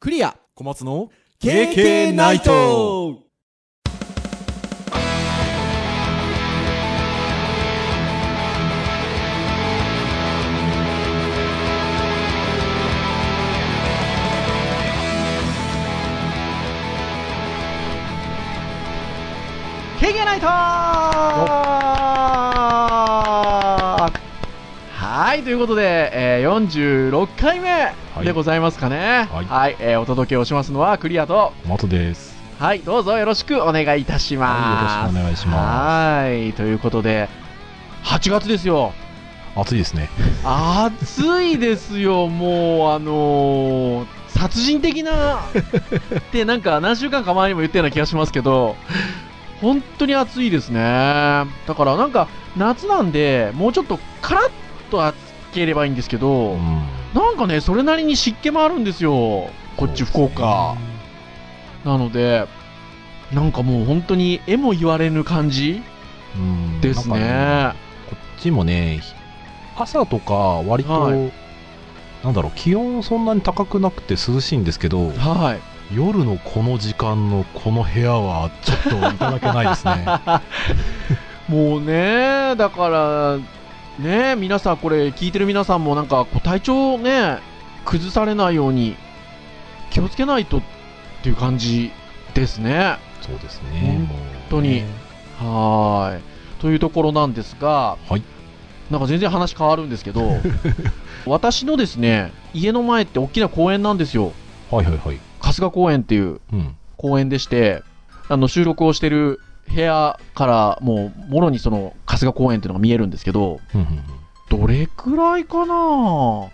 クリア小松の KK ナイト経験ないとはいということで、えー、46回目はいでございますかねは、はいいえーお届けをしますのはクリアと小松ですはいどうぞよろしくお願いいたします、はいよろしくお願いしますはいということで8月ですよ暑いですね暑いですよ、もう、あのー殺人的なって、なんか何週間か前にも言ったような気がしますけど、本当に暑いですね。だから、なんか夏なんで、もうちょっとカラッと暑ければいいんですけど、んなんかね、それなりに湿気もあるんですよ、こっち福岡。なので、なんかもう本当に、絵も言われぬ感じうんですね。なんかこっちもねひ朝とか割と、はなんだろう気温そんなに高くなくて涼しいんですけ どはい。夜のこの時間のこの部屋はちょっといただけないです ねもうね、だから、ね、皆さん、これ、聞いてる皆さんも、なんか、こう体調をね、崩されないように、気をつけないとっていう感じですね。そうですねもう本当に。はーい。というところなんですが、はいなんか全然話変わるんです けど、私のですね、家の前って大きな公園なんですよ。はいはいはい春日公園っていううん公園でして、あの、収録をしてる部屋から、もう、もろにその、春日公園っていうのが見えるんですけど、うんうんうんどれくらいかな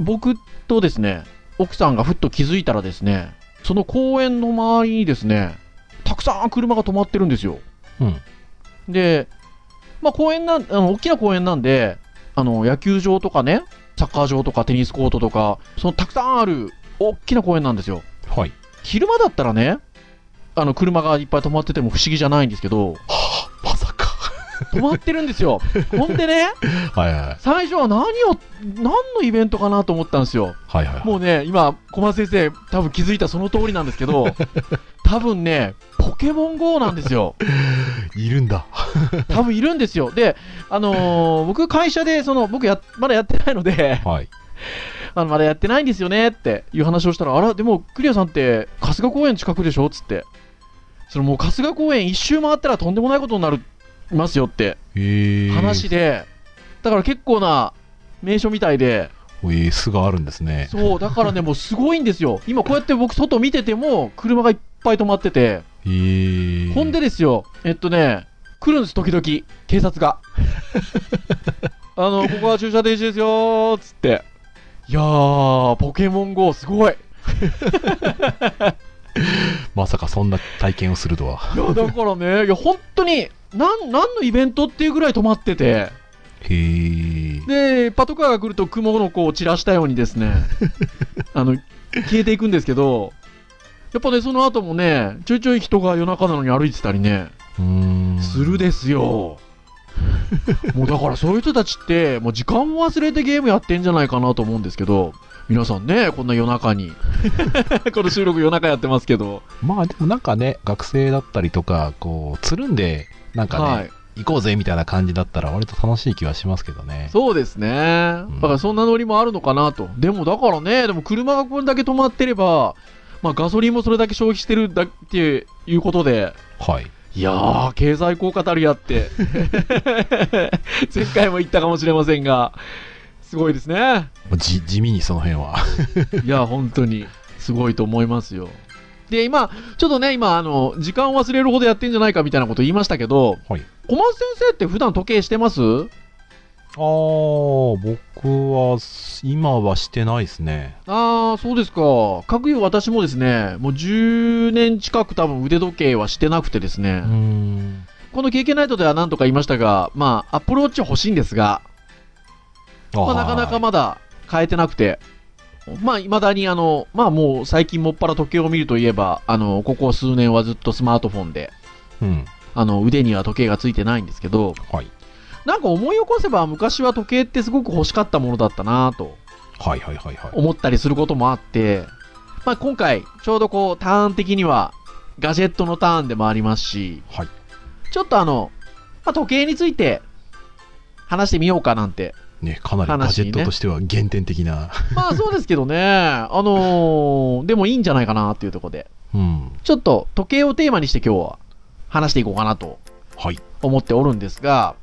僕とですね、奥さんがふっと気づいたらですね、その公園の周りにですね、たくさん車が止まってるんですよ。うんで、まあ公園なん、あの、大きな公園なんで、あの、野球場とかね、サッカー場とかテニスコートとか、そのたくさんある大きな公園なんですよ。はい昼間だったらね、あの、車がいっぱい止まってても不思議じゃないんですけど、まさか止まってるんですよ。ほんでね、はいはい最初は何を、何のイベントかなと思ったんですよ。はいはいもうね、今、小松先生、多分気づいたその通りなんですけど、多分ね、ポケモン GO なんですよ。いるんだ多分いるんですよ。で、あのー僕、会社で、その、僕や、まだやってないので、 はいあの、まだやってないんですよねっていう話をしたら、あら、でも、クリアさんって、春日公園近くでしょつって。それもう春日公園一周回ったらとんでもないことになる、いますよってええ話で、だから結構な名所みたいで、ええ巣があるんですねそう、だからね、もうすごいんですよ。今こうやって僕外見てても、車がいっぱい止まってて。ええほんでですよ、えっとね、来るんです、時々、警察が。あの、ここは駐車停止ですよー、つって。いやー、ポケモン GO すごい。まさかそんな体験をするとは。いや、だからね、いや、本当に、なん、なんのイベントっていうぐらい止まってて。へえ。で、パトカーが来ると、雲の子を散らしたようにで すね、あの、消えていくんですけど、やっぱね、その後もね、ちょいちょい人が夜中なのに歩いてたりね、うーん。するですよ。 もうだからそういう人たちって、もう時間を忘れてゲームやってんじゃないかなと思うんですけど、皆さんね、こんな夜 中に。この収録夜中やってますけど。まあでもなんかね、学生だったりとか、こう、つるんで、なんかね、はい。行こうぜみたいな感じだったら割と楽しい気はしますけどね。そうですね。だうんからそんなノリもあるのかなと。でもだからね、でも車がこれだけ止まってれば、まあガソリンもそれだけ消費してるだっていうことで、はい。いやー、経済効果たるやって。 前回も言ったかもしれませんが、すごいですね。じ地味にその辺 は。いや、本当に、すごいと思いますよ。で、今、ちょっとね、今、あの、時間を忘れるほどやってんじゃないかみたいなこと言いましたけど、はい。小松先生って普段時計してますああ、僕は、今はしてないですね。ああ、そうですか。各有私もですね、もう10年近く多分腕時計はしてなくてですねうー、ん。この経験ナイトでは何とか言いましたが、まあ、アップローチ欲しいんですが、あまあ、なかなかまだ変えてなくて、まあ、いまだにあの、まあもう最近もっぱら時計を見るといえば、あの、ここ数年はずっとスマートフォンで、うん。あの腕には時計がついてないんですけど、はい。なんか思い起こせば昔は時計ってすごく欲しかったものだったなぁとはいはいはいはい。思ったりすることもあって、まあ、今回、ちょうどこう、ターン的には、ガジェットのターンでもありますし、はいちょっとあの、まあ、時計について、話してみようかなんて。ね、かなりガジェットとしては原点的な、まあ、そうですけ どね、あのーでもいいんじゃないかなっていうところで、うん、ちょっと時計をテーマにして今日は、話していこうかなとはい。思っておるんですが、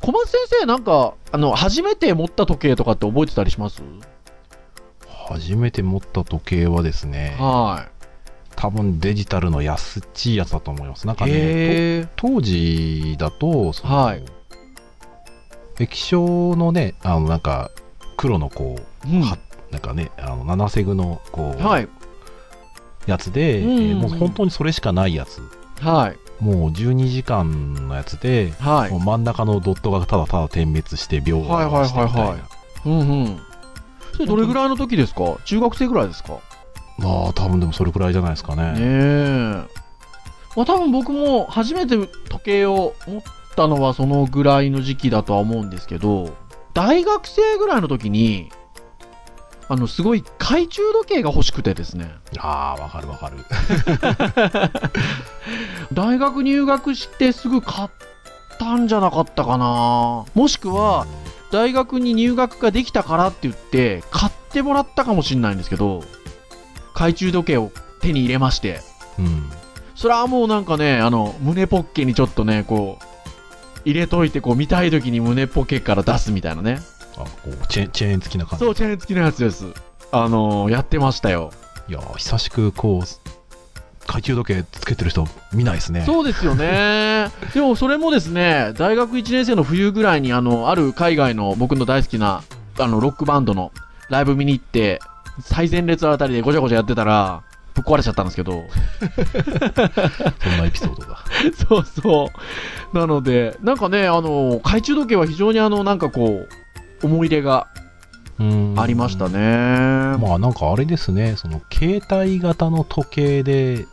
小松先生、なんか、あの、初めて持った時計とかって覚えてたりします初めて持った時計はですね、は多分デジタルの安っちいやつだと思います。なんかい。ね、へえ。と当時だと、そのはい液晶のね、あの、なんか、黒のこう、うんはなんかね、あの7セグのこう、はい。やつで、うんえーもう本当にそれしかないやつ、はい。もう12時間のやつで、はいもう。真ん中のドットがただただ点滅して秒を表してみたいな、はいはいはいはいうんうん。それどれぐらいの時ですか中学生ぐらいですかねまあ多分でもそれくらいじゃないですかねえ。まあ多分僕も初めて時計を持ったのはそのぐらいの時期だとは思うんですけど、大学生ぐらいの時に、あの、すごい懐中時計が欲しくてですね。ああわかるわかる大学入学してすぐ買ったんじゃなかったかなもしくは、大学に入学ができたからって言って買ってもらったかもしれないんですけど懐中時計を手に入れましてうんそれはもうなんかねあの胸ポッケにちょっとねこう入れといてこう見たい時に胸ポケから出すみたいなねあこうチェーンチェーン付きな感じそうチェーン付きのやつですあのーやってましたよいやー久しくこう懐中時計つけてる人見ないですねそうですよ ねでもそれもですね大学1年生の冬ぐらいにあのある海外の僕の大好きなあのロックバンドのライブ見に行って最前列あたりでごちゃごちゃやってたらぶっ壊れちゃったんですけどそんなエピソードが そうそうなのでなんかねあの懐中時計は非常にあのなんかこう思い出がうんありましたね、まあなんかあれですねその携帯型の時計で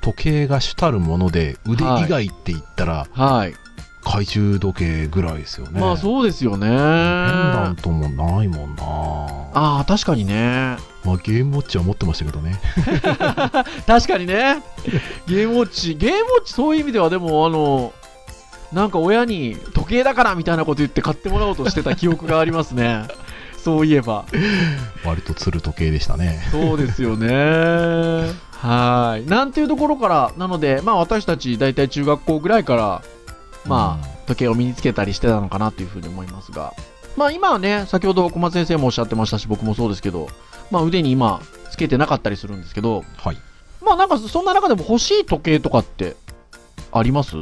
時計が主たるもので腕以外って言ったら、はい、懐中時計ぐらいですよねまあそうですよねペンダントもないもんなあ、ああ確かにねまあ、ゲームウォッチは持ってましたけど ね確かにねゲームウォッチゲームウォッチそういう意味ではでもあのなんか親に時計だからみたいなこと言って買ってもらおうとしてた記憶があります ねそういえば割とつる時計でしたねそうですよねはいなんていうところからなのでまあ私たち大体中学校ぐらいからまあ、時計を身につけたりしてたのかなというふうに思いますがまあ今はね先ほど小松先生もおっしゃってましたし僕もそうですけどまあ腕に今つけてなかったりするんですけどはいまあなんかそんな中でも欲しい時計とかってあります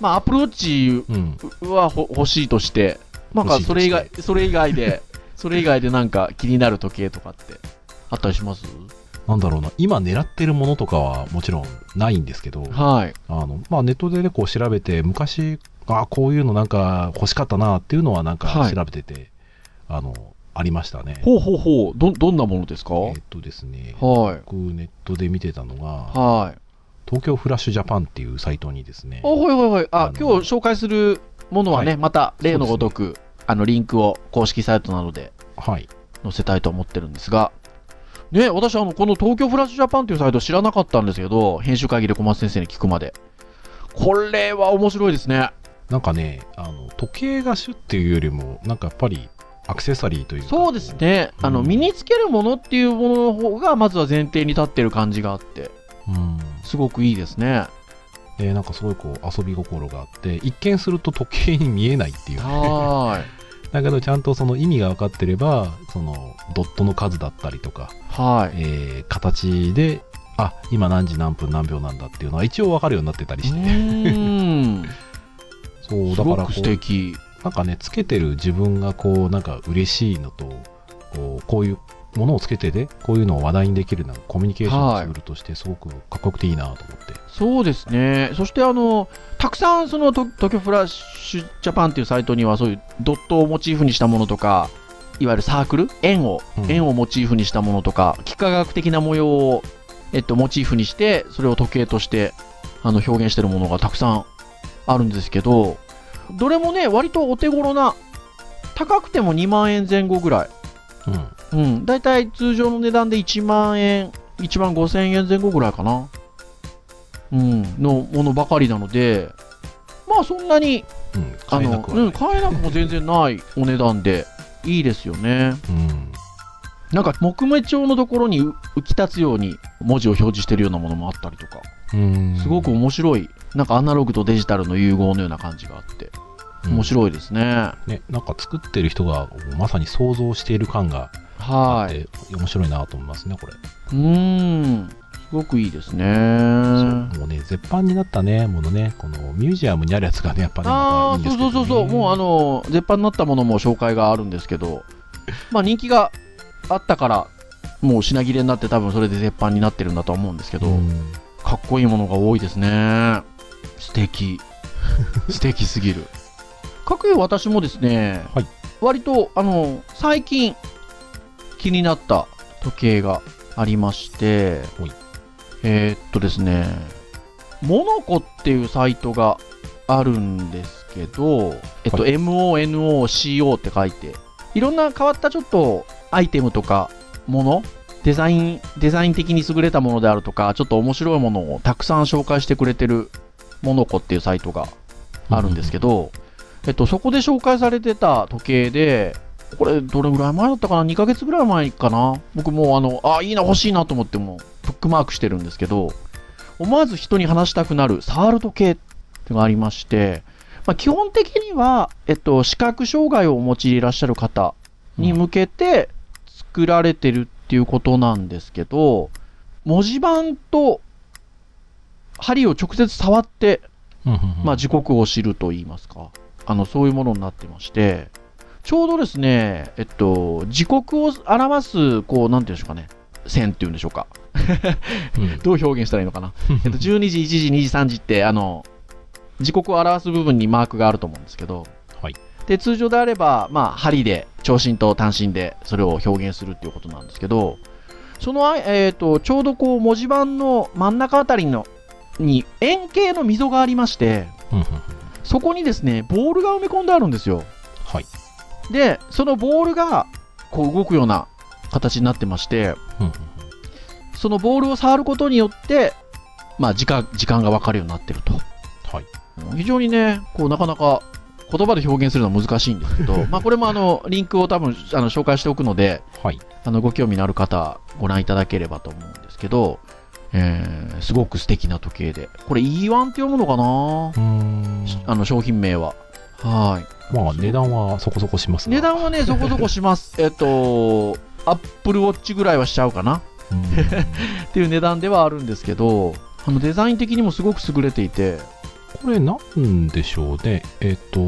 まあアプローチうんはほ欲しいとして、なんか欲しいそとれして以外、それ以外 で、それ以外でなんか気になる時計とかってあったりしますなんだろうな今狙ってるものとかはもちろんないんですけど、はい。あのまあ、ネットでねこう調べて昔あこういうのなんか欲しかったなっていうのはなんはかい調べてて、あのありましたねほうほうほう、ど、どんなものですかえーっとですねはい。僕ネットで見てたのがはい。東京フラッシュジャパンっていうサイトにですねおはいはいはい。ああ、の今日紹介するものはね、はまた例のごとく、あのリンクを公式サイトなどではい載せたいと思ってるんですが、ね、私あの、この東京フラッシュジャパンというサイト知らなかったんですけど、編集会議で小松先生に聞くまで。これは面白いですね。なんかねあの時計が主っていうよりもなんかやっぱりアクセサリーというかそうですね。あの、うん身につけるものっていうものの方が、まずは前提に立ってる感じがあって、うんすごくいいですね。でなんかすごいこう遊び心があって一見すると時計に見えないっていうはだけどちゃんとその意味が分かってればそのドットの数だったりとか、ーい。はい。えー形であ今何時何分何秒なんだっていうのは一応分かるようになってたりうして、 ーん。そうすだごからくこ素う敵。なんかねつけてる自分がこうなんか嬉しいのとこうこういうものをつけてでこういうのを話題にできるなんかコミュニケーションのツールとしてすごくかっこよくていいなと思って、そうですね。そして、あの、たくさん、その、と東京フラッシュジャパンっていうサイトには、そういうドットをモチーフにしたものとか、いわゆるサークル円を、うん円をモチーフにしたものとか、幾何学的な模様を、えっと、モチーフにして、それを時計として、あの、表現してるものがたくさんあるんですけど、どれもね、割とお手頃な、高くても2万円前後ぐらいうんうん、大体通常の値段で1万円、1万5千円前後ぐらいかな。うん、のものばかりなので、まあそんなに、うん、あ買えなの、くはなういん、買えなくも全然ないお値段で、いいですよね。うんなんか木目調のところに浮き立つように文字を表示してるようなものもあったりとか、うんすごく面白い、なんかアナログとデジタルの融合のような感じがあって、面い、白いですね。ね、なんか作ってる人がまさに想像している感があはっい。て、面白いなと思いますねこれ、うーん、すごくいいですね。そうもうね絶版になったねものねこのミュージアムにあるやつがねやっぱねあまあたいいんーですけそど、うね、そうそうそうもうあの絶版になったものも紹介があるんですけどまあ人気があったからもう品切れになって多分それで絶版になってるんだと思うんですけど、うんかっこいいものが多いですね素 敵素敵すぎるかくいう私もですね、はい割とあの最近気になった時計がありましてはいえーっとですねモノコっていうサイトがあるんですけど、えっと、は MONOCO って書いていろんな変わったちょっとアイテムとかものデザイン、デザイン的に優れたものであるとか、ちょっと面白いものをたくさん紹介してくれてるモノコっていうサイトがあるんですけど、えっと、そこで紹介されてた時計で、これどれぐらい前だったかな ?2 ヶ月ぐらい前かな僕もうあの、あ、いいな、欲しいなと思っても、ブックマークしてるんですけど、思わず人に話したくなる触る時計っていうのがありまして、まあ、基本的には、えっと、視覚障害をお持ちでいらっしゃる方に向けて作られてるっていうことなんですけど、文字盤と針を直接触ってうんうんうんまあ、時刻を知ると言いますかあのそういうものになってましてちょうどですね、えっと、時刻を表すこうなんていうんでしょうかね線っていうんでしょうかうんどう表現したらいいのか なえっと12時1時2時3時ってあの時刻を表す部分にマークがあると思うんですけど、はいで通常であれば、まあ、針で長針と短針でそれを表現するっていうことなんですけどその、あえっとちょうどこう文字盤の真ん中あたりのに円形の溝がありましてうんうんうんそこにですね、ボールが埋め込んであるんですよ。はいで、そのボールがこう動くような形になってまして、うんうんそのボールを触ることによって、まあ、時間、時間がわかるようになってると。はい非常にね、こう、なかなか言葉で表現するのは難しいんですけ ど、まあ、これもあの、リンクを多分、あの、紹介しておくので、はいあの、ご興味のある方、ご覧いただければと思うんですけど、えー、すごく素敵な時計で。これ E1 って読むのかなうーんあの、商品名は。はい。まあ値段はそこそこしますが値段はね、そこそこします。えっと、アップルウォッチぐらいはしちゃうかなうんっていう値段ではあるんですけど、あのデザイン的にもすごく優れていて、これなんでしょうねえっ、と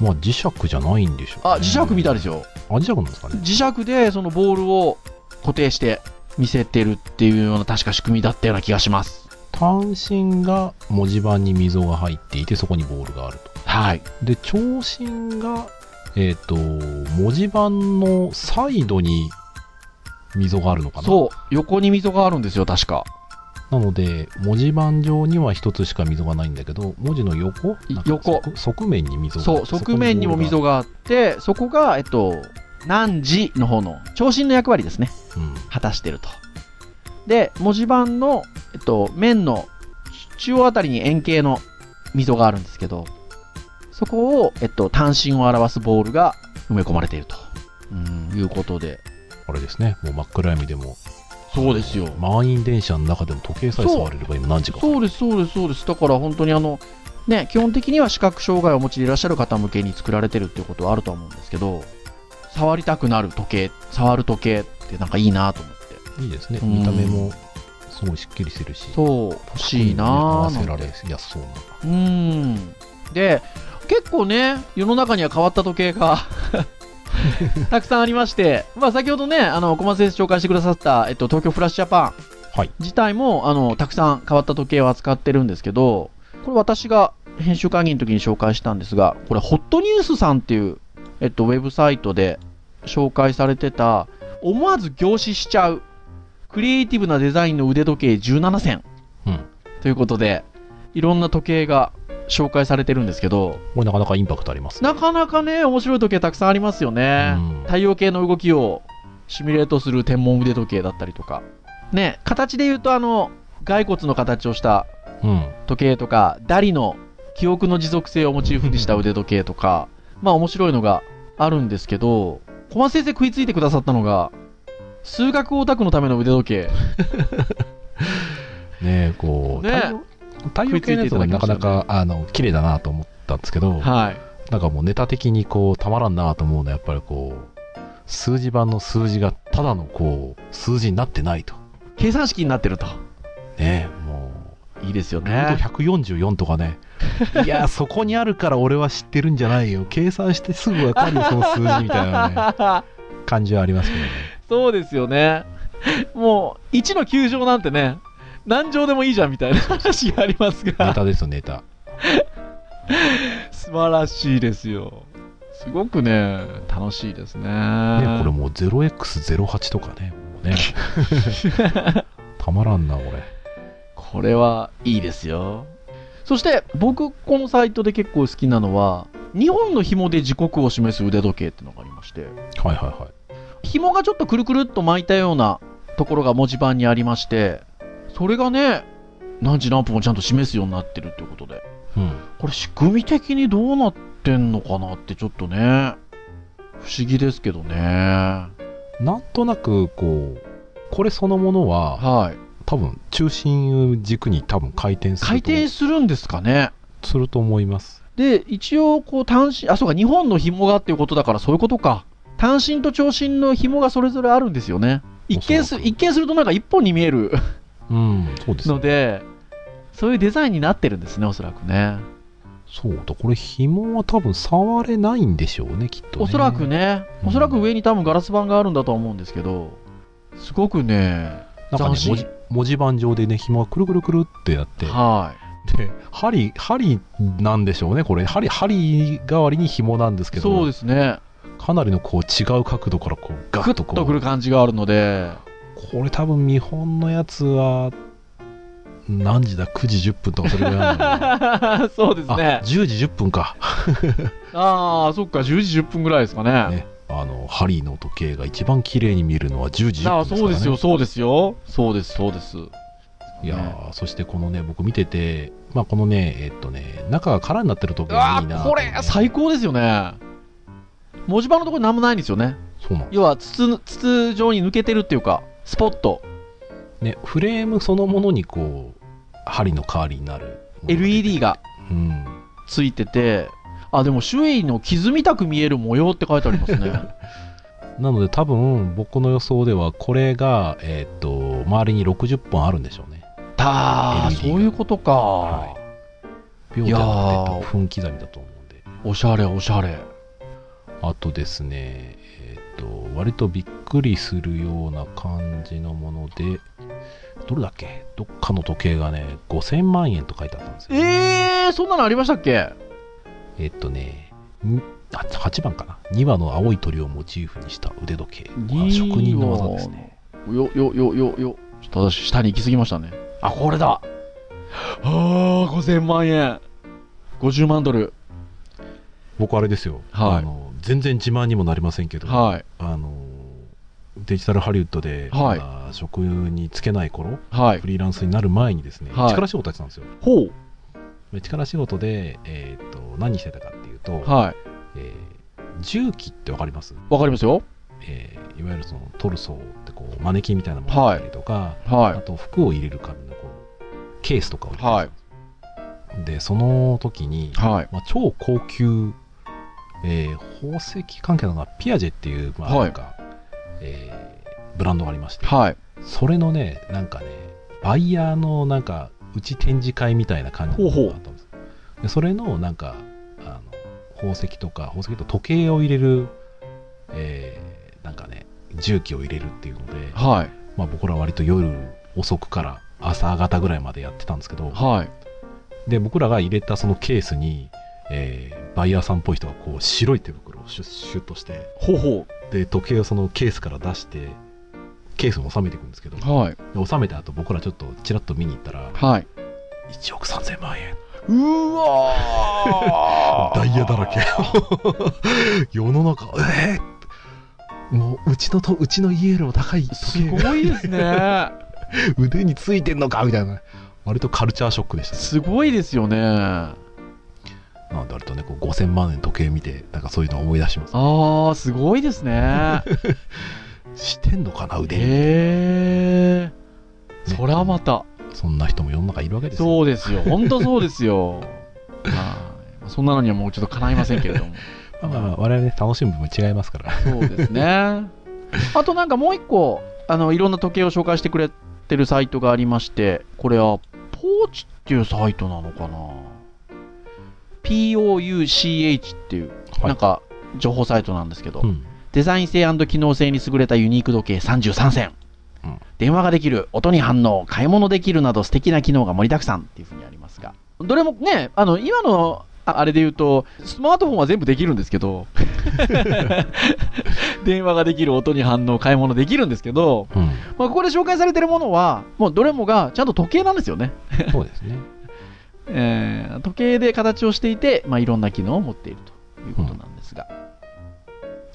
まあ磁石じゃないんでしょう、ね、あ、磁石みたいですよ。あ磁石なんですかね磁石でそのボールを固定して見せてるっていうような確か仕組みだったような気がします。単身が文字盤に溝が入っていてそこにボールがあるとはい。で長身がえっ、と文字盤のサイドに溝があるのかなそう、横に溝があるんですよ、確か。なので文字盤上には一つしか溝がないんだけど文字の横いなんか横側側面に溝があそっう、て側面にも溝ががあって、そこが、えっと、何時の方の、長身の役割ですね。ある、うん果たしてると。で、文字盤の、えっと、面の中央あたりに円形の溝があるんですけど、そこを、えっと、単身を表すボールが埋め込まれていると。うん、いうことで。あれですねもう真っ暗闇でもそうですよ。満員電車の中でも時計さえ触れれば今何時かそうです、そうです、そうです。だから本当にあの、ね、基本的には視覚障害をお持ちでいらっしゃる方向けに作られてるっていうことはあるとは思うんですけど、触りたくなる時計、触る時計ってなんかいいなと思って。いいですねうん見た目もすごいしっきりしてるしそう、欲しいな合あわなんせてられやすそうなうーん。で、結構ね、世の中には変わった時計が たくさんありまして、まあ、先ほどね、あの小松先生紹介してくださった、えっと、東京フラッシュジャパはンい自体も、あのたくさん変わった時計を扱ってるんですけど、これ、私が編集会議の時に紹介したんですが、これ、ホットニュースさんっていう、えっと、ウェブサイトで紹介されてた、思わず凝視しちゃう、クリエイティブなデザインの腕時計17選うんということで、いろんな時計が紹介されてるんですけど、これなかなかインパクトありますね。なかなかね、面白い時計たくさんありますよね。うん太陽系の動きをシミュレートする天文腕時計だったりとか。ね、形で言うと、あの、骸骨の形をしたうん。時計とか、ダリの記憶の持続性をモチーフにした腕時計とか、まあ面白いのがあるんですけど、小松先生食いついてくださったのが、数学オタクのための腕時計。ねえこう、ね太陽系のやつがなかなか、あの綺麗だなと思ったんですけど、はい。なんかもうネタ的にこうたまらんなと思うのはやっぱりこう数字版の数字がただのこう数字になってないと計算式になってると。ねもいいですようルーね。ト144とか ねいやそこにあるから俺は知ってるんじゃないよ計算してすぐわかるよその数字みたいな、ね、感じはありますけどねそうですよね。もう、1の9乗なんてね、何乗でもいいじゃんみたいな話がありますネが、タですよネタ素晴らしいですよ。すごくね、楽しいですね。ねこれもう 0x08 とかねもう ねたまらんなこれこれはいいですよ。そして、僕、このサイトで結構好きなのは、2本の紐で時刻を示す腕時計っていうのがありまして、はいはいはい紐がちょっとくるくるっと巻いたようなところが文字盤にありまして、それがね、何時何分もちゃんと示すようになってるということで、うんこれ仕組み的にどうなってんのかなってちょっとね不思議ですけどねはなんとなくこうこれそのものはい多分中心軸に多分回転すると回転するんですかねすると思いますで一応こう単身あそうか2本の紐がっていうことだからそういうことか単身と長身の紐がそれぞれあるんですよね一見すおそらく一見するとなんか1本に見えるうんそうですねのでそういうデザインになってるんですねおそらくねそうだこれ紐は多分触れないんでしょうねきっとねおそらくねうんおそらく上に多分ガラス板があるんだとは思うんですけどすごくねなんかね斬新文字文字盤上でね紐がくるくるくるってやってはいで針針なんでしょうねこれ針針代わりに紐なんですけそうどですねかなりのこう違う角度からこうガグッッととこくるう感じがあるので、これ多分見本のやつは何時だ9時10分とかそれぐらいなのかな そうですあね。 10時10分かああ、そっか、10時10分ぐらいですかね。ね、あのハリーの時計が一番綺麗に見えるのは10時あ10あ、分ですから、ね、そうですよ、そうですよ。そうです、そうです。いやー、そしてこのね僕見てて、まあ、このねえっとね中が空になってる時計がいいなと思って最高ですよね。文字盤のところに何もないんですよね。そうなん要は筒、筒状に抜けてるっていうか、スポット。ねフレームそのものにこう針の代わりになるものが出て LED がうんついてて、あ、でも周囲の傷みたく見える模様って書いてあります ね。なので多分僕の予想ではこれがえっと周りに60本あるんでしょうねたあ、 LED がそういうことか。は秒ではなくて多分分刻みだと思うんでおしゃれ、おしゃれ。あとですね、えーっと、割とびっくりするような感じのもので、どれだっけどっかの時計がね、5000万円と書いてあったんですよ、えー、そんなのありましたっけえーっとね、にあ8番かな ?2 羽の青い鳥をモチーフにした腕時計。これは職人の技ですね。ね。よ、よ、よ、よ、よ。ちょっと私、下に行き過ぎましたね。あ、これだはあ、5000万円。50万ドル。僕あれですよ、はいあの、全然自慢にもなりませんけど、はあの、デジタルハリウッドで、はいまだ職に就けない頃、い。はいフ。リーランスになる前にですね、はい力仕事やってたんですよ。ほう。で力仕事で、えー、と何してたかっていうと、はい。えー重機ってわかります、わかりますよ。えーいわゆるそのトルソーってこうマネキンみたいなものだったりとか、あはと服を入れる紙のこうケースとかを入れい。てたはんですよでその時にい。、はい。まあ、超高級、えー宝石関係なのがピアジェっていう、まあはいなんかえーブランドがありまして、はい。それのねなんかねバイヤーのなんかうち展示会みたいな感じのものがあったんですでそれのなんかあの宝石とか宝石と時計を入れる、えーなんかね重機を入れるっていうので、はい。まあ、僕ら割と夜遅くから朝方ぐらいまでやってたんですけどはい。で僕らが入れたそのケースに、えーバイヤーさんっぽい人がこう白い手袋をシュッシュッとしてほうほで時計をそのケースから出してケースに収めていくんですけどう。はい。で収めた後僕らちょっとちらっと見に行ったらはい。 1億3000万円ううわダイヤだらけ 世の中えー、もううちのとうちの家よりも高いす時計がごいですね。腕についてんのかみたいな割とカルチャーショックでしたねすごいですよね。あなんで割とねこう5000万円の時計見てなんかそういうの思い出しますあ、すごいですね。してんのかな 腕に、ええ。そらまた。そんな人も世の中いるわけですよそうですよ。本当そうですよ。はい。そんなのにはもうちょっと叶いませんけれども。まあまあまあ我々ね楽しむ部分違いますからそうですね。 あとなんかもう一個、あの、いろんな時計を紹介してくれてるサイトがありまして、これは、ポーチっていうサイトなのかな ?POUCH っていう、はいなんか、情報サイトなんですけど、うんデザイン性機能性に優れたユニーク時計33選、うん電話ができる音に反応買い物できるなど素敵な機能が盛りだくさんっていうふうにありますがどれもねあの今のああれで言うとスマートフォンは全部できるんです けど電話ができる音に反応買い物できるんですけど、うんまあ、ここで紹介されてるものはもうどれもがちゃんと時計なんですよね、そうですねえー時計で形をしていて、まあ、いろんな機能を持っているということなんですが、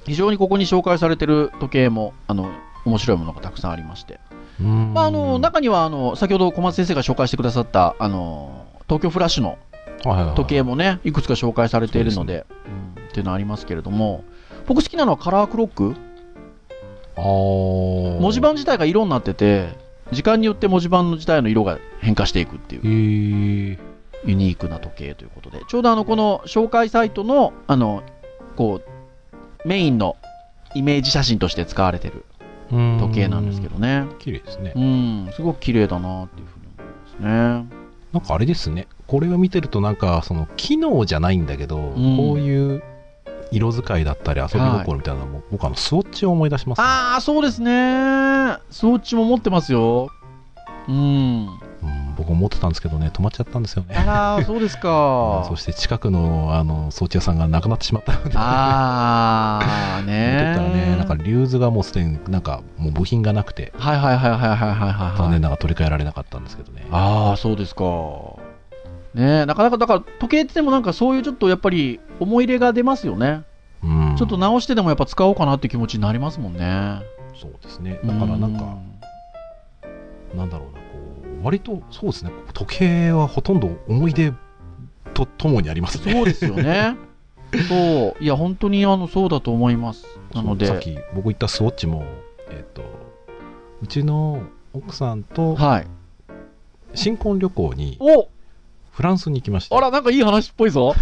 非常にここに紹介されてる時計もあの面白いものがたくさんありまして、うん まあ、あの中にはあの先ほど小松先生が紹介してくださったあの東京フラッシュのはいはいはい時計もねいくつか紹介されているのでうんっていうのはありますけれども僕好きなのはカラークロックあー文字盤自体が色になってて時間によって文字盤の自体の色が変化していくっていうへーユニークな時計ということで、ちょうどあのこの紹介サイトのあのこうメインのイメージ写真として使われてるうん時計なんですけどね、綺麗ですねうん、すごく綺麗だなっていうふうに思いますね。なんかあれですねこれを見てるとなんかその機能じゃないんだけど、んこういう色使いだったり遊び心みたいなのも、僕あのスウォッチを思い出しますね、ああ、そうですね、スウォッチも持ってますよ。うん、うん僕思ってたんですけどね止まっちゃったんですよねああ、 そうですかそ。して近くのあの装置屋さんがなくなってしまったのでああ、見てねたらねなんかリューズがもうすでになんかもう部品がなくてはいはいはいはいはいはいはい。残念ながら取り替えられなかったんですけどね、ああそうですかねえなかなかだから時計ってでもなんかそういうちょっとやっぱり思い入れが出ますよね、うんちょっと直してでもやっぱ使おうかなって気持ちになりますもんねそうですねだからなんか、なんだろうなこう割とそうですね時計はほとんど思い出とともにありますうんねそうですよねそういや本当にあのそうだと思いますなのでさっき僕言ったスウォッチも、えっとうちの奥さんとはい新婚旅行におフランスに行きましたあらなんかいい話っぽいぞ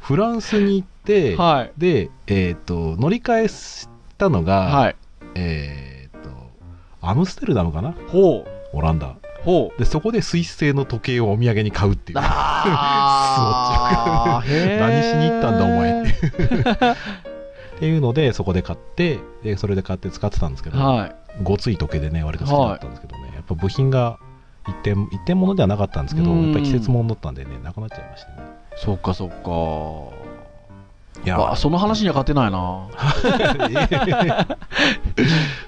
フランスに行って、はいで、えっと乗り換えしたのが、はいえっとアムステルダムかなほオランダうほうでそこでスイス製の時計をお土産に買うっていう ああ何しに行ったんだお前ってっていうのでそこで買ってでそれで買って使ってたんですけど、はいごつい時計でね割と好きだったんですけどね、やっぱ部品が一点一点物ではなかったんですけどうんやっぱり季節物だったんでねなくなっちゃいましたねそっかそっかいやあその話には勝てないな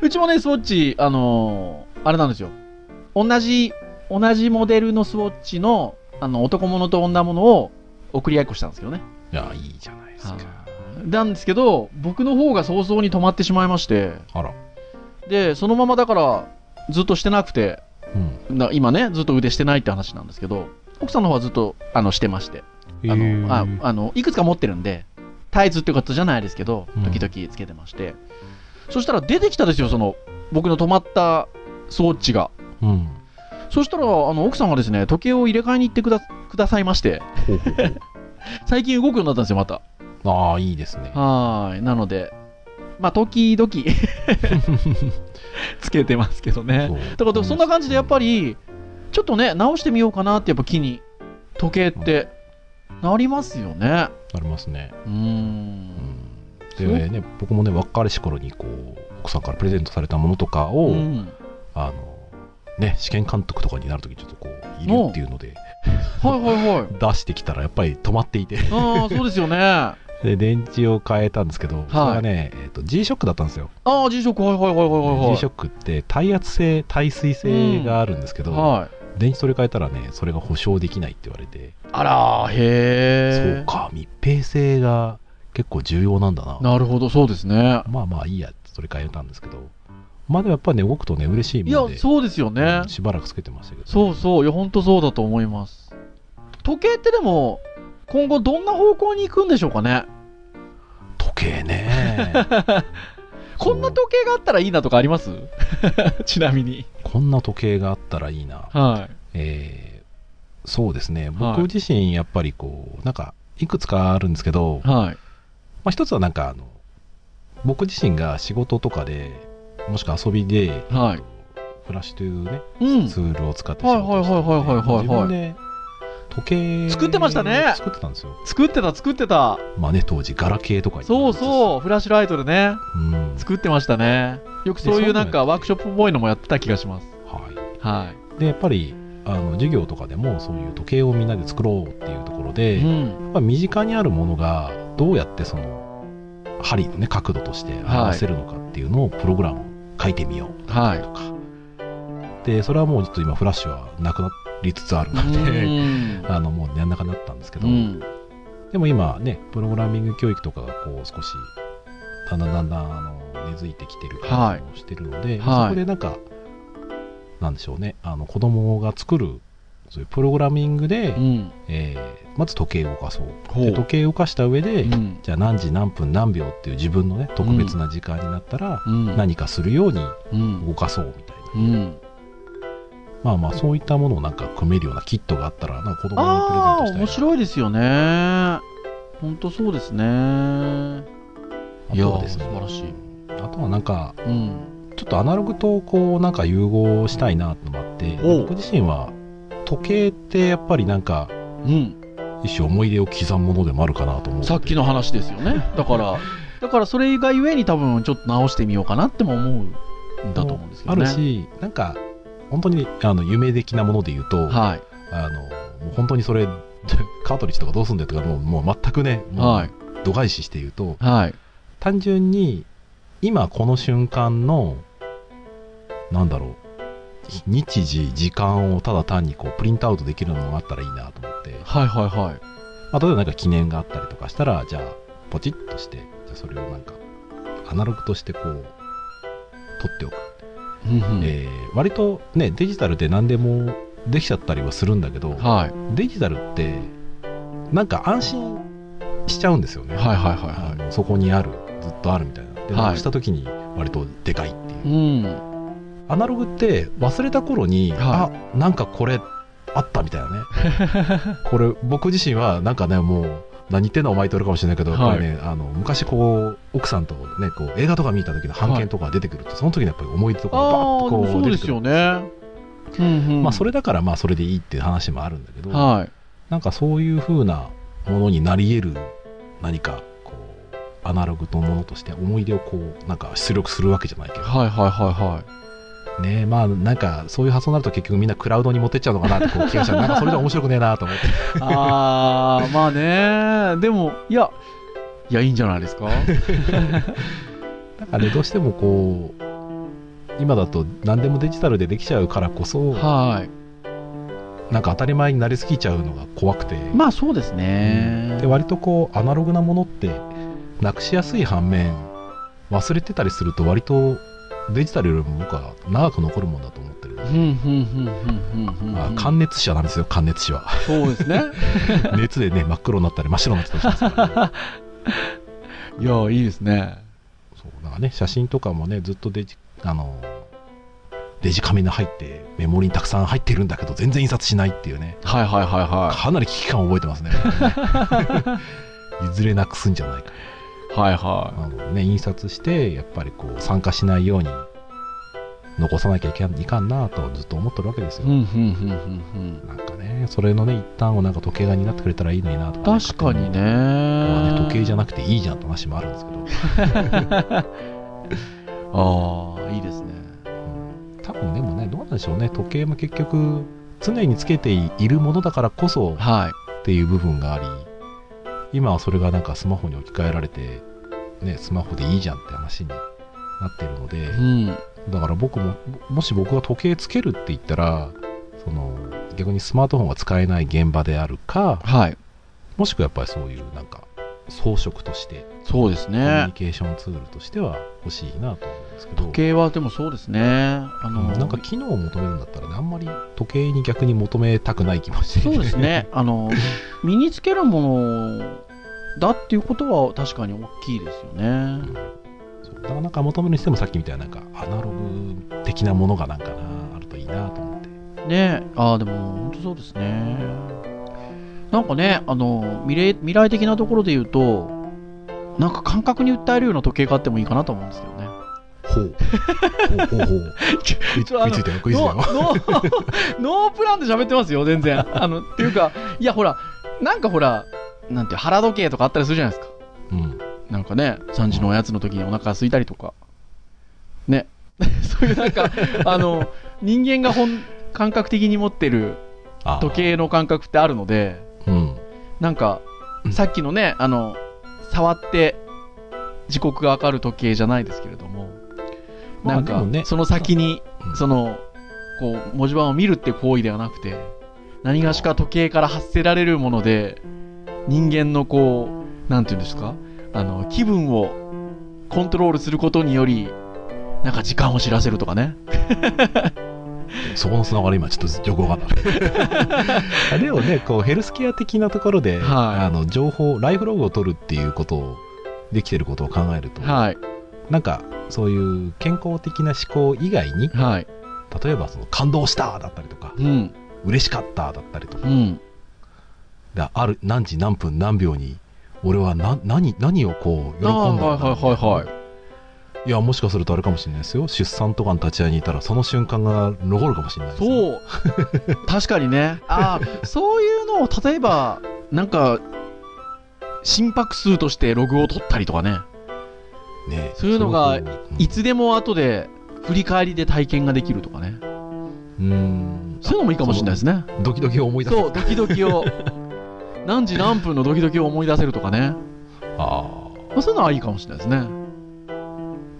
うちもね、スウォッチ、あのーあれなんですよ。同じ、同じモデルのスウォッチの、あの、男物と女物を送り合いっこしたんですけどね。 いやいいじゃないですかなんですけど、僕の方が早々に止まってしまいまして、あら、で、そのままだから、ずっとしてなくて、うんな今ね、ずっと腕してないって話なんですけど、奥さんの方はずっと、あの、してまして。あへのーああのいくつか持ってるんでタイツっていうことじゃないですけどうん時々つけてまして、そしたら出てきたですよその僕の止まったスウォッチがうんそしたらあの奥さんがですね時計を入れ替えに行ってくだくださいましてほうほうほう最近動くようになったんですよまたああいいですねはーいなのでまあ時々 つけてますけどねそうだからそんな感じでやっぱりちょっとね直してみようかなってやっぱ気に時計ってなりますよねありますねうーうんんでね僕もね若いし頃にこう奥さんからプレゼントされたものとかを、うんあのね試験監督とかになるときちょっとこういるっていうのではいはいはい出してきたらやっぱり止まっていてああ、そうですよね。あで電池を変えたんですけど、それがね、えー、と G ショックだったんですよ、あ、G ショック、はいはいはいはいはい。 G ショックって耐圧性耐水性があるんですけど、はい。電池取り替えたらねそれが保証できないって言われて、あらー、そうへー。か密閉性が結構重要なんだななるほど、そうですね。まあまあいいやって取り替えたんですけどまあでもやっぱりね動くとね嬉しいいもんやで、そうですよねうん。しばらくつけてましたけどそうそう、いや、ほんとそうだと思います。時計ってでも、今後どんな方向に行くんでしょうかね。時計ね こんな時計があったらいいなとかあります ちなみに。こんな時計があったらいいなはい。えーそうですねはい僕自身やっぱりこうなんかいくつかあるんですけど、はい。まあ、一つはなんかあの僕自身が仕事とかでもしくは遊びではい。フラッシュというねうん。ツールを使って仕事をしててはいはいはいはいはいはいはい自分で時計作ってましたね作ってたんですよ作ってた、作ってた。まあね当時ガラケーとかにそうそう、フラッシュライトでね、うん作ってましたね。よくそういうなんかワークショップっぽいのもやってた気がします。ははいでやっぱりあの授業とかでもそういう時計をみんなで作ろうっていうところで、い。うん。やっぱ身近にあるものがどうやってその針のね角度として表せるのかっていうのをプログラム書いてみようはい。とか、でそれはもうちょっと今フラッシュはなくなりつつあるのうでんあのもうやんなくなったんですけど、うん。でも今ねプログラミング教育とかがこう少しだんだんだんだんあの根付いてきてる感じもしてるので、はいそこでなんかなんでしょうねあの子供が作るそういうプログラミングで、うん。えーまず時計を動かそうほうで時計を動かした上で、うん。じゃあ何時何分何秒っていう自分のね特別な時間になったらうん。何かするようにうん。動かそうみたいな、うん。まあまあそういったものをなんか組めるようなキットがあったらなんか子供にプレゼンあトあ、したい面い白いですよね。ほんとそうですね。あといやはー、です素晴らねしい。あとはなんかうん。ちょっとアナログとこうなんか融合したいなってのもあっておう僕自身は時計ってやっぱりなんかうん。一種思い出を刻むものでもあるかなと思うさっきの話ですよね。だから、だからそれがゆえに多分ちょっと直してみようかなっても思うんだと思うんですけあどね。るしなんか本当にあの夢的なもので言うと、はい。あの、もう本当にそれ、 カートリッジとかどうすんだよとか、もうもう全くね、もうはい。度外視して言うと、はい。単純に、今この瞬間の、なんだろう、日時、時間をただ単にこうプリントアウトできるのがあったらいいなと思って、はいはいはい。まあ、例えばなんか記念があったりとかしたら、じゃあ、ポチッとして、じゃあそれをなんか、アナログとしてこう、取っておく。うんうんえー割とね、デジタルで何でもできちゃったりはするんだけど、はい。デジタルってなんか安心しちゃうんですよね、はいはいはいあはのそこにあるずっとあるみたいなではいなくした時に割とでかいっていう、い。うん。アナログって忘れた頃に、はあなんかこれあったみたい なねこれ僕自身はなんかねもう何言ってんのお前って言われるかもしれないけど、はいこれねあの昔こう奥さんとねこう映画とか見た時の判件とか出てくると、その時のやっぱり思い出とかがバあーあ、ッでともこそうう出でてくする、よね。うんうん。まあ、それだからまあそれでいいっていう話もあるんだけど、はい。なんかそういう風なものになり得る何かこうアナログのものとして思い出をこうなんか出力するわけじゃないけはいはいはどねまあなんかそういう発想になると結局みんなクラウドに持ってっちゃうのかなってこう気がしたなんかそれじゃ面白くねえなと思っていはい。 ああ、まあね。でも、いや、いや、いいんじゃないですか。 だからねどうしてもこう今だと何でもデジタルでできちゃうからこそはなんか当たり前になりすぎちゃうのが怖くて、い。まあそうですね。で割とこうアナログなものってなくしやすい反面忘れてたりすると割とデジタルよりも僕は長く残るもんだと思ってるのでふんふんふんふんふんふんまあ、ふん。寒熱紙はダメですよ、寒熱紙は。そうですね。 熱でね、真っ黒になったり、真っ白になってたりしますから、ね、 いや、いいですね。そう、なんかね、写真とかもね、ずっとデジ、あの、デジカメに入って、メモリにたくさん入ってるんだけど、全然印刷しないっていうね、はいはいはいはかなり危機感を覚えてます ね。 いずれなくすんじゃないか。い。はいはなのでね、印刷して、やっぱりこう、酸化しないように、残さなきゃいけんいかんなとずっと思ってるわけですい。よ。ふんふんふんふんふん。なんかね、それのね、一端をなんか時計が担ってくれたらいいのになとか、ね、確かにね。まあね、時計じゃななくていいじゃんって話もあるんですけど、ああ、いいですね。多分でもねどうなんでしょうね時計も結局常につけているものだからこそはい。っていう部分があり今はそれがなんかスマホに置き換えられて、ね、スマホでいいじゃんって話になってるのでうん。だから僕もももし僕が時計つけるって言ったらその逆にスマートフォンが使えない現場であるかはい。もしくはやっぱりそういうなんか装飾としてそうですコミュニね。ケーションツールとしては欲しいなと思うんですけど時計はでもそうですね。あの、うんなんか機能を求めるんだったらねあんまり時計に逆に求めたくない気もしてそ うですね。あの、身につけるものだっていうことは確かに大きいですよね。そうなかなか求めるにしてもさっきみたいななんかアナログ的なものがなんかなあるといいなと思ってねああでも本当そうですねなんかねあの未来未来的なところで言うとなんか感覚に訴えるような時計があってもいいかなと思うんですけどねほうほうほうほ う食いちょあの食いついたよ食いついたノよーノーノー プランで喋ってますよ全然あのっていうかいやほらなんかほらなんていう腹時計とかあったりするじゃないですかうんなんかね3時のおやつの時にお腹が空いたりとかね そういうなん かあの人間が本感覚的に持ってるあー時計の感覚ってあるのでうんなんかうん、さっきのね、あの、触って時刻がわかる時計じゃないですけれども、まあなんでかも、ねその先に、うんその、こう、文字盤を見るって行為ではなくて、何がしか時計から発せられるもので、人間のこう、なんていうんですか、あの、気分をコントロールすることにより、なんか時間を知らせるとかね。そこのつながり今ちょっとよくわかん ないでもねこうヘルスケア的なところで、はいあの情報ライフログを取るっていうことをできてることを考えると、はい、なんかそういう健康的な思考以外にはい。例えばその感動しただったりとかうん、嬉しかっただったりとかうん。だある何時何分何秒に俺はな何何をこう喜んだんだあーはいはいはいはいやもしかするとあれかもしれないですよ出産とかの立ち会いにいたらその瞬間が残るかもしれないですう そう確かにねああそういうのを例えばなんか心拍数としてログを取ったりとかねねそういうのがすごくうんいつでも後で振り返りで体験ができるとかねうんそういうのもいいかもしれないですねドキドキを思い出すそうドキドキを何時何分のドキドキを思い出せるとかね、あーまあ、そういうのはいいかもしれないですね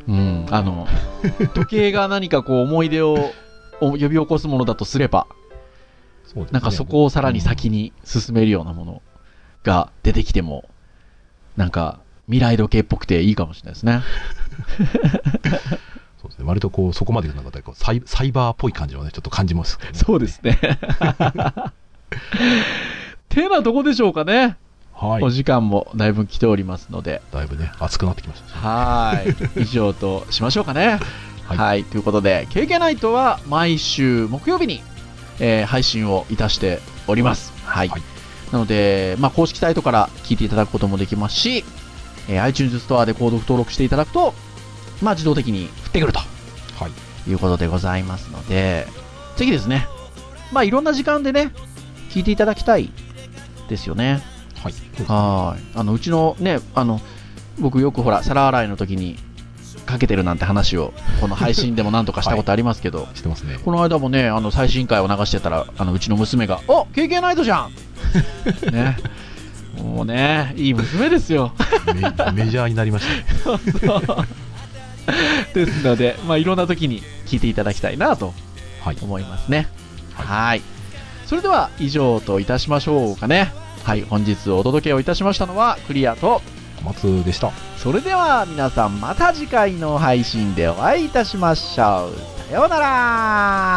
うんあ の時計が何かこう思い出をお呼び起こすものだとすればそうですねなんかそこをさらに先に進めるようなものが出てきても、なんか未来時計っぽくていいかもしれないですね。そうですね割とこうそこまでいくとなんかこうサイサイバーっぽい感じをねちょっと感じますけどねそうですね。 てなとこでしょうかね。はいお時間もだいぶ来ておりますので、 だいぶね熱くなってきましたねはい。以上としましょうかね。は、はいいということで、経験ナイトは毎週木曜日に、えー配信をいたしております。はい。はいなので、まあ、公式サイトから聞いていただくこともできますし、えー iTunes ストアで購読登録していただくと、まあ、自動的に降ってくるとはいいうことでございますので、ぜひですね、まあ、いろんな時間でね、聞いていただきたいですよね。はいはい。あの、うちのね、あの、僕よくほら、皿洗いの時にかけてるなんて話を、この配信でも何と かしたことありますけど、してますねこの間もね、あの、最新回を流してたら、あの、うちの娘が、お経験ないとじ ゃんね。もうね、いい娘ですよ。メメジャーになりましたね ですので、まあ、いろんな時に聞いていただきたいなとはい思いますね。はい。それでは、以上といたしましょうかね。はい、本日お届けをいたしましたのは、クリアと、小松でしたそれでは皆さんまた次回の配信でお会いいたしましょう。さようなら